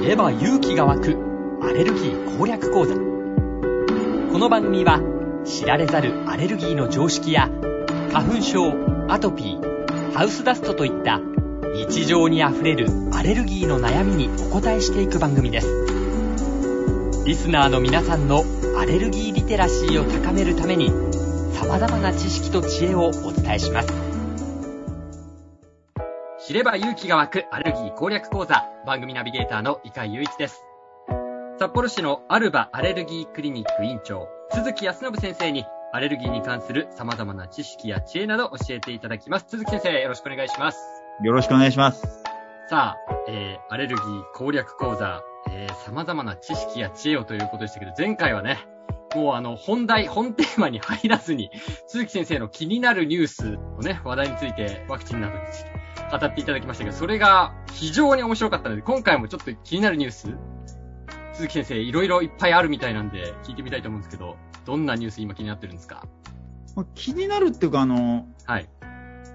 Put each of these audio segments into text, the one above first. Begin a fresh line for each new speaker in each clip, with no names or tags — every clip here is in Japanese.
知れば勇気が湧くアレルギー攻略講座この番組は知られざるアレルギーの常識や花粉症アトピーハウスダストといった日常にあふれるアレルギーの悩みにお答えしていく番組ですリスナーの皆さんのアレルギーリテラシーを高めるために様々な知識と知恵をお伝えします知れば勇気が湧くアレルギー攻略講座番組ナビゲーターの伊海雄一です。札幌市のアルバアレルギークリニック院長、鈴木康信先生にアレルギーに関する様々な知識や知恵など教えていただきます。鈴木先生、よろしくお願いします。
よろしくお願いします。
さあ、えー、アレルギー攻略講座、えー、様々な知識や知恵をということでしたけど、前回はね、もうあの、本題、本テーマに入らずに、鈴木先生の気になるニュースをね、話題について、ワクチンなどについて語っていただきましたけど、それが非常に面白かったので、今回もちょっと気になるニュース、鈴木先生、いろいろいっぱいあるみたいなんで、聞いてみたいと思うんですけど、どんなニュース今気になってるんですか
まあ気になるっていうか、あの、
はい。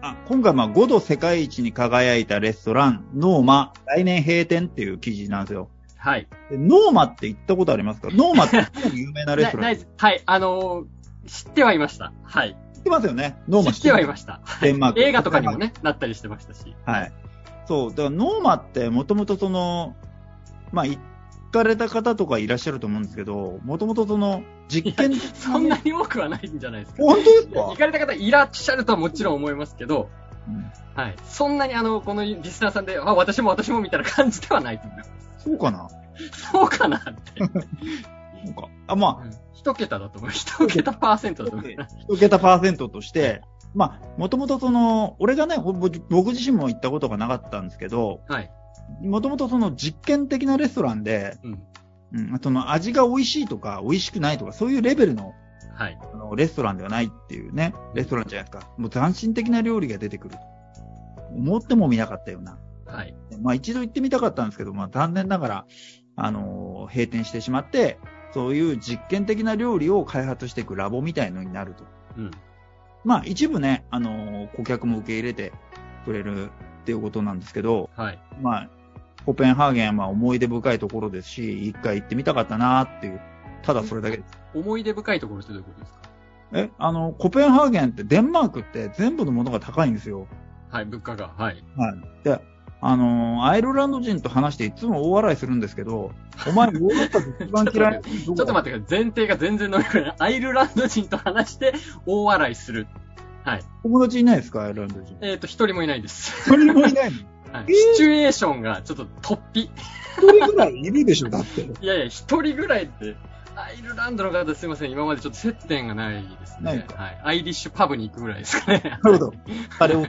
あ今回、まあ、5度世界一に輝いたレストラン、ノーマ、来年閉店っていう記事なんですよ。
はい。
でノーマって行ったことありますかノーマってすごく有名なレスト
なな
ラン。
い
知
ですはい、あのー知ってはいました。はい。
ってますよねノーマ
知ってはいま
し
した。
た。デンマーク。
映画とかにも。ね、なったりしてました し。
はい。そう。だから、ノーマって、もともとその、まあ、行かれた方とかいらっしゃると思うんですけど、もともとその、実験的
そんなに多くはないんじゃないですか。
本当ですか
行かれた方いらっしゃるとはもちろん思いますけど、
うん
はい。そんなにあの、このリスナーさんで、あ、私も私もみたいな感じではないと思います。
そうかな
そうかなって。
そうか。あ、まあ、
一桁だと思う。一桁パーセントだと思う。
一桁パーセントとして、まあ、もともとその、俺がね、ほぼ僕自身も行ったことがなかったんですけど、
はい。
もともとその実験的なレストランで、
うん。
うん、その味が美味しいとか美味しくないとか、そういうレベルの
はい。
あのレストランではないっていうね、レストランじゃないですか。もう斬新的な料理が出てくる。思っても見なかったような。
はい。
まあ一度行ってみたかったんですけど、まあ残念ながら、あのー閉店してしまって、そういう実験的な料理を開発していくラボみたいのになると。
うん。
まあ一部ね、あのー顧客も受け入れてくれるっていうことなんですけど、
はい。
まあ、コペンハーゲンは思い出深いところですし、一回行ってみたかったなっていう、ただそれだけです。
思い出深いところってどういうことですか
え、あの、コペンハーゲンってデンマークって全部のものが高いんですよ。
はい。物価が。はい。
で、あのーアイルランド人と話していつも大笑いするんですけど、お前ヨーロッパで一番嫌いち ょ
ちょっと待ってください。前提が全然乗り越えない。アイルランド人と話して大笑いする。
友達いないですかアイルランド人。
えっ、と、一人もいないです。
一人もいな
はい
いの。えー
シチュエーションがちょっと突飛。
一人ぐらいいるでしょ、だって。
いやいや、一人ぐらいって、アイルランドの方すいません、今までちょっと接点がないですね。
ないか
はい。アイリッシュパブに行くぐらいですかね。
なるほど。あれ を。
うん。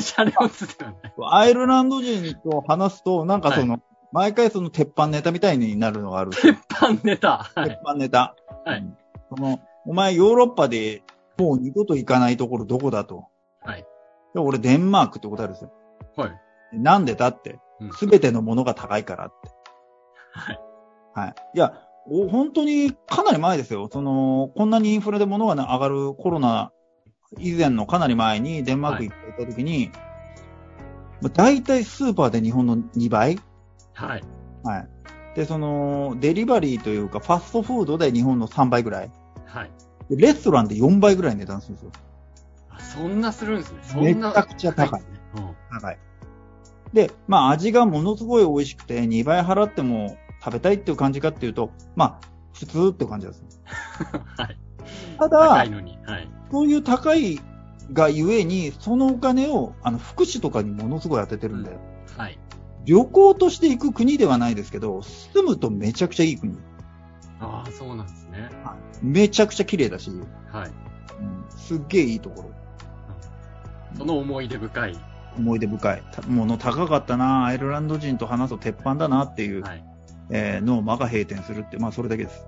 シャレオツではない。
アイルランド人と話すと、なんかその、毎回その鉄板ネタみたいになるのがある。鉄
パンネタ。はい。
板ネタ。
はい
うんその、お前ヨーロッパでもう二度と行かないところどこだと。
はい
で。俺デンマークって答えるんですよ。
はい。
なんでだって
うん。
すべてのものが高いからって。
はい。
はい。いや、お本当にかなり前ですよ。その、こんなにインフレで物がな上がるコロナ以前のかなり前にデンマーク行った時に、まあ大体スーパーで日本の2倍
はい。
はい。で、その、デリバリーというか、ファストフードで日本の3倍ぐらい。
はい。
でレストランで4倍ぐらい値段するんですよ。
あそんなするんですね。そ
め
ん
ち
な。
ゃくちゃ高い。
ですね。うん
高い。で、まあ、味がものすごい美味しくて、2倍払っても食べたいっていう感じかっていうと、まあ、普通っていう感じです。
はい。高
ただ
い、のに。はい。
そういう高いがゆえに、そのお金を、あの、福祉とかにものすごい当ててるんで、
うはい。
旅行として行く国ではないですけど、住むとめちゃくちゃいい国。
ああ、そうなんですね。
めちゃくちゃ綺麗だし、
はい。
うんすっげえいいところ。
その思い出深い。
思い出深い。たもの高かったな、アイルランド人と話すと鉄板だなっていう、
はい。
えー、ノーマが閉店するって、まあそれだけです。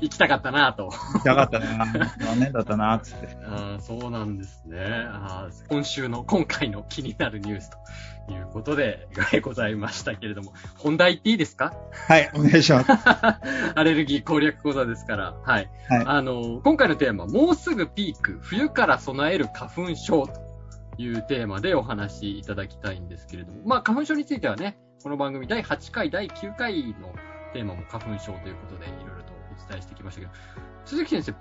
行きたかったなぁと。
高かったな、残念だったな、つって。
あーそうなんですねあー。今週の、今回の気になるニュースということでございましたけれども、本題言っていいですか
はい、お願いします。
アレルギー攻略講座ですから、はい。
はい
あの、今回のテーマ、もうすぐピーク、冬から備える花粉症というテーマでお話しいただきたいんですけれども、まあ、花粉症についてはね、この番組第8回、第9回のテーマも花粉症ということで、いろいろとお伝えしてきましたけど、鈴木先生、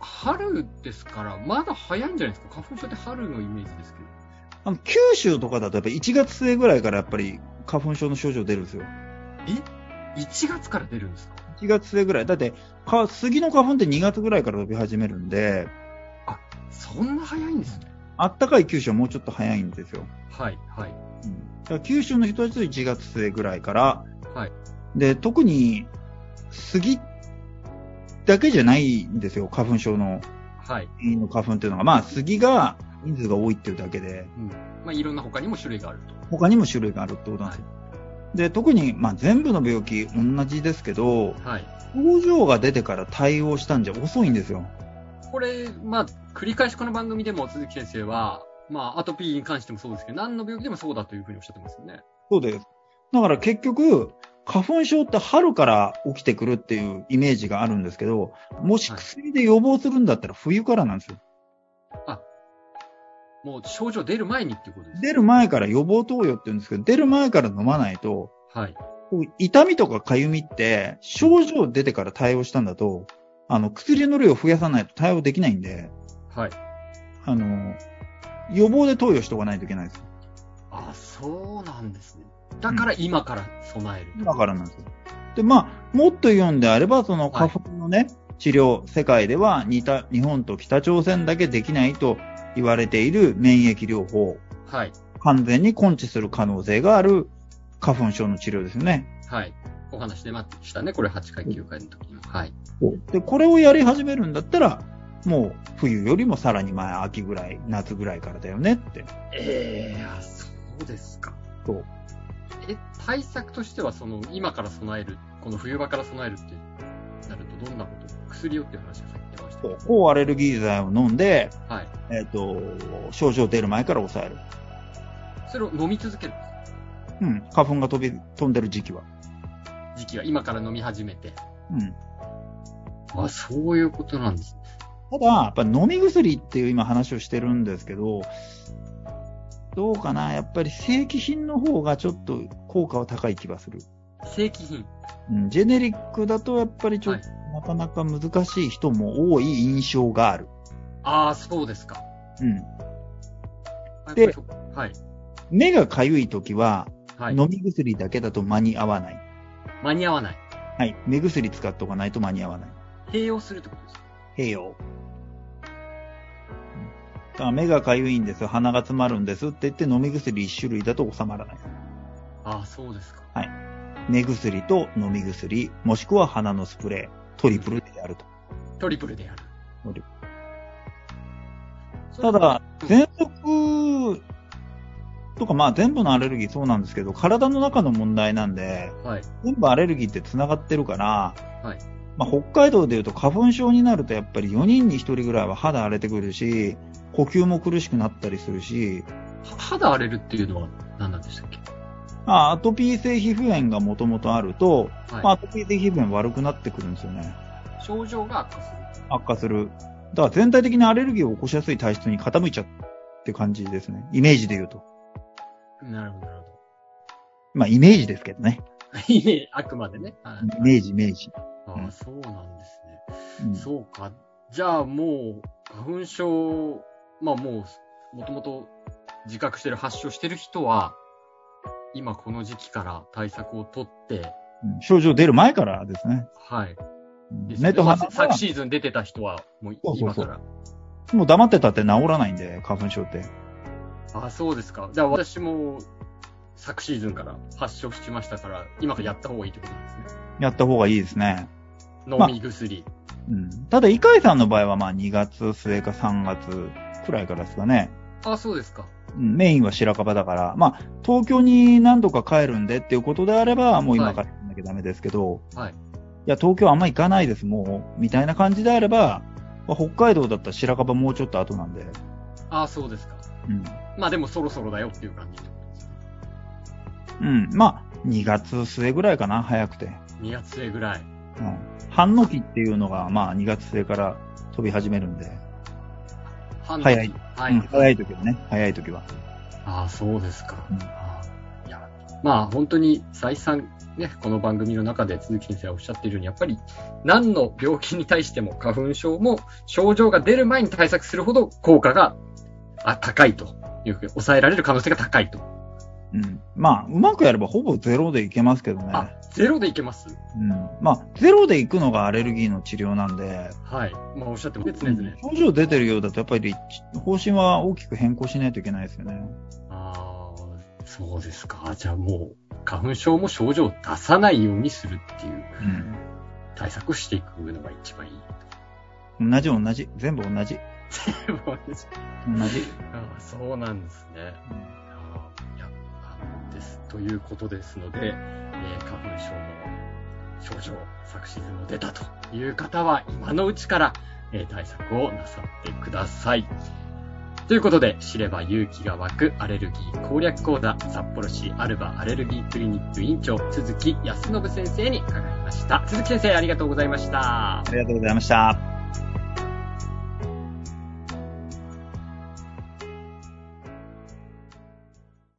春ですから、まだ早いんじゃないですか花粉症って春のイメージですけど。
あの九州とかだとやっぱ1月末ぐらいからやっぱり花粉症の症状出るんですよ。
え ?1 月から出るんですか
1月末ぐらい。だって、か杉の花粉って2月ぐらいから飛び始めるんで、
そんな早いんですね。
あったかい九州はもうちょっと早いんですよ。
はい、はい。
うんだから九州の人たちと1月末ぐらいから、
はい
で特に杉だけじゃないんですよ、花粉症の
はい。
の花粉っていうのが、まあ、杉が人数が多いっていうだけで、
うん。まあ、いろんな他にも種類があると。
他にも種類があるってことなんですよ。で特に、まあ、全部の病気、同じですけど、
はい。
症状が出てから対応したんじゃ遅いんですよ。
これ、まあ、繰り返しこの番組でも鈴木先生は、まあ、アトピーに関してもそうですけど、何の病気でもそうだというふうにおっしゃってますよね。
そうです。だから結局、花粉症って春から起きてくるっていうイメージがあるんですけど、もし薬で予防するんだったら冬からなんですよ。
もう症状出る前にっていうことです。
出る前から予防投与って言うんですけど、出る前から飲まないと、
はい。
こう痛みとか痒みって、症状出てから対応したんだと、あの、薬の量を増やさないと対応できないんで、
はい。
あの、予防で投与しておかないといけないです。
あ、そうなんですね。だから今から備える。
今からなんですよ。で、まあ、もっと言うんであれば、その
はい
花粉のね、治療、世界では似た、日本と北朝鮮だけできないと言われている免疫療法、
はい。
完全に根治する可能性がある花粉症の治療ですよね。
はい。お話でましたね。これ8回、9回の時にも。はい。
で、これをやり始めるんだったら、もう冬よりもさらに前、秋ぐらい、夏ぐらいからだよねって。
ええあ、そうですか。
そう
え、対策としては、その、今から備える、この冬場から備えるってなると、どんなこと薬をっていう話がさっき出ましたね。
抗アレルギー剤を飲んで、
はい。
えっ、と、症状出る前から抑える。
それを飲み続ける。
うん、花粉が飛び、飛んでる時期は。
時期は今から飲み始めて。
うん。
あ、そういうことなんです。
ただ、やっぱ飲み薬っていう今話をしてるんですけど、どうかなやっぱり正規品の方がちょっと効果は高い気がする。
正規品。
うん、ジェネリックだとやっぱりちょっとなかなか難しい人も多い印象がある。
ああ、そうですか。
うん。
あ
で
やっぱりそはい。
目がかゆいときは、
はい。
飲み薬だけだと間に合わない。
間に合わない。
はい。目薬使っておかないと間に合わない。
併用するってことですか
併用。うんだから目がかゆいんですよ、鼻が詰まるんですって言って飲み薬一種類だと収まらない。
ああ、そうですか。
目薬と飲み薬、もしくは鼻のスプレー、トリプルでやると。
トリプルでやる。
トリ
それ
ただ、
うん
喘息とか、まあ全部のアレルギーそうなんですけど、体の中の問題なんで、
はい。
全部アレルギーって繋がってるから、
はい
まあ、北海道でいうと花粉症になるとやっぱり4人に1人ぐらいは肌荒れてくるし、呼吸も苦しくなったりするし、
は肌荒れるっていうのは何なんでしたっけ
まあ、アトピー性皮膚炎がもともとあると、
はい
まあ、アトピー性皮膚炎悪くなってくるんですよね。
症状が悪化する。
悪化する。だから全体的にアレルギーを起こしやすい体質に傾いちゃうって感じですね。イメージで言うと。
なるほど、なるほ
まあイメージですけどね。
ど。 いえいえあくまでね。はい
イメージ、イメージ。
ああ、そうなんですね。
うん
そうか。じゃあもう、花粉症、まあもう、もともと自覚してる、発症してる人は、今この時期から対策を取って、
うん症状出る前からですね。
はい。
うん
ですね
目と
まあ
鼻
昨
は
シーズン出てた人は、もう今
そうそう
か
そ
ら。
もう黙ってたって治らないんで、花粉症って。
あ、そうですか。じゃあ私も、昨シーズンから発症しましたから、今からやった方がいいってことなんですね。
やった方がいいですね。
飲み薬。
うん。ただ、イカイさんの場合は、まあ、2月末か3月くらいからですかね。
あ、そうですか。
うんメインは白樺だから、まあ、東京に何度か帰るんでっていうことであれば、もう今から行かなきゃダメですけど、
はい
いや、東京あんま行かないです、もう、みたいな感じであれば、まあ北海道だったら白樺もうちょっと後なんで、
あ、そうですか。
うん。
まあでもそろそろだよっていう感じってことですね。
うん。まあ、2月末ぐらいかな、早くて。
2月末ぐらい。
うん。反応期っていうのが、まあ、2月末から飛び始めるんで。
半
早い。
は
うん
い。
早い時はね、早い時は。
ああ、そうですか。
うん
ああいやまあ、本当に再三、ね、この番組の中で鈴木先生がおっしゃっているように、やっぱり何の病気に対しても花粉症も症状が出る前に対策するほど効果があ高いというふうに、抑えられる可能性が高いと。
うん。まあ、うまくやればほぼゼロでいけますけどね。
あ、ゼロでいけます
うん。まあ、ゼロでいくのがアレルギーの治療なんで、
はい。まあ、おっしゃってますね、常々。
症状出てるようだとやっぱり方針は大きく変更しないといけないですよね。
ああ、そうですか。じゃあもう、花粉症も症状を出さないようにするっていう対策をしていくのが一 番いい。
うん。同じ同じ。全部同じ。同じ。
ああそうなんですね。ああいやあのですということですので、えー花粉症の症状、昨シーズンも出たという方は、今のうちから、えー対策をなさってください。ということで、知れば勇気が湧くアレルギー攻略講座、札幌市アルバアレルギークリニック委員長、鈴木康信先生に伺いました。鈴木先生、ありがとうございました。
ありがとうございました。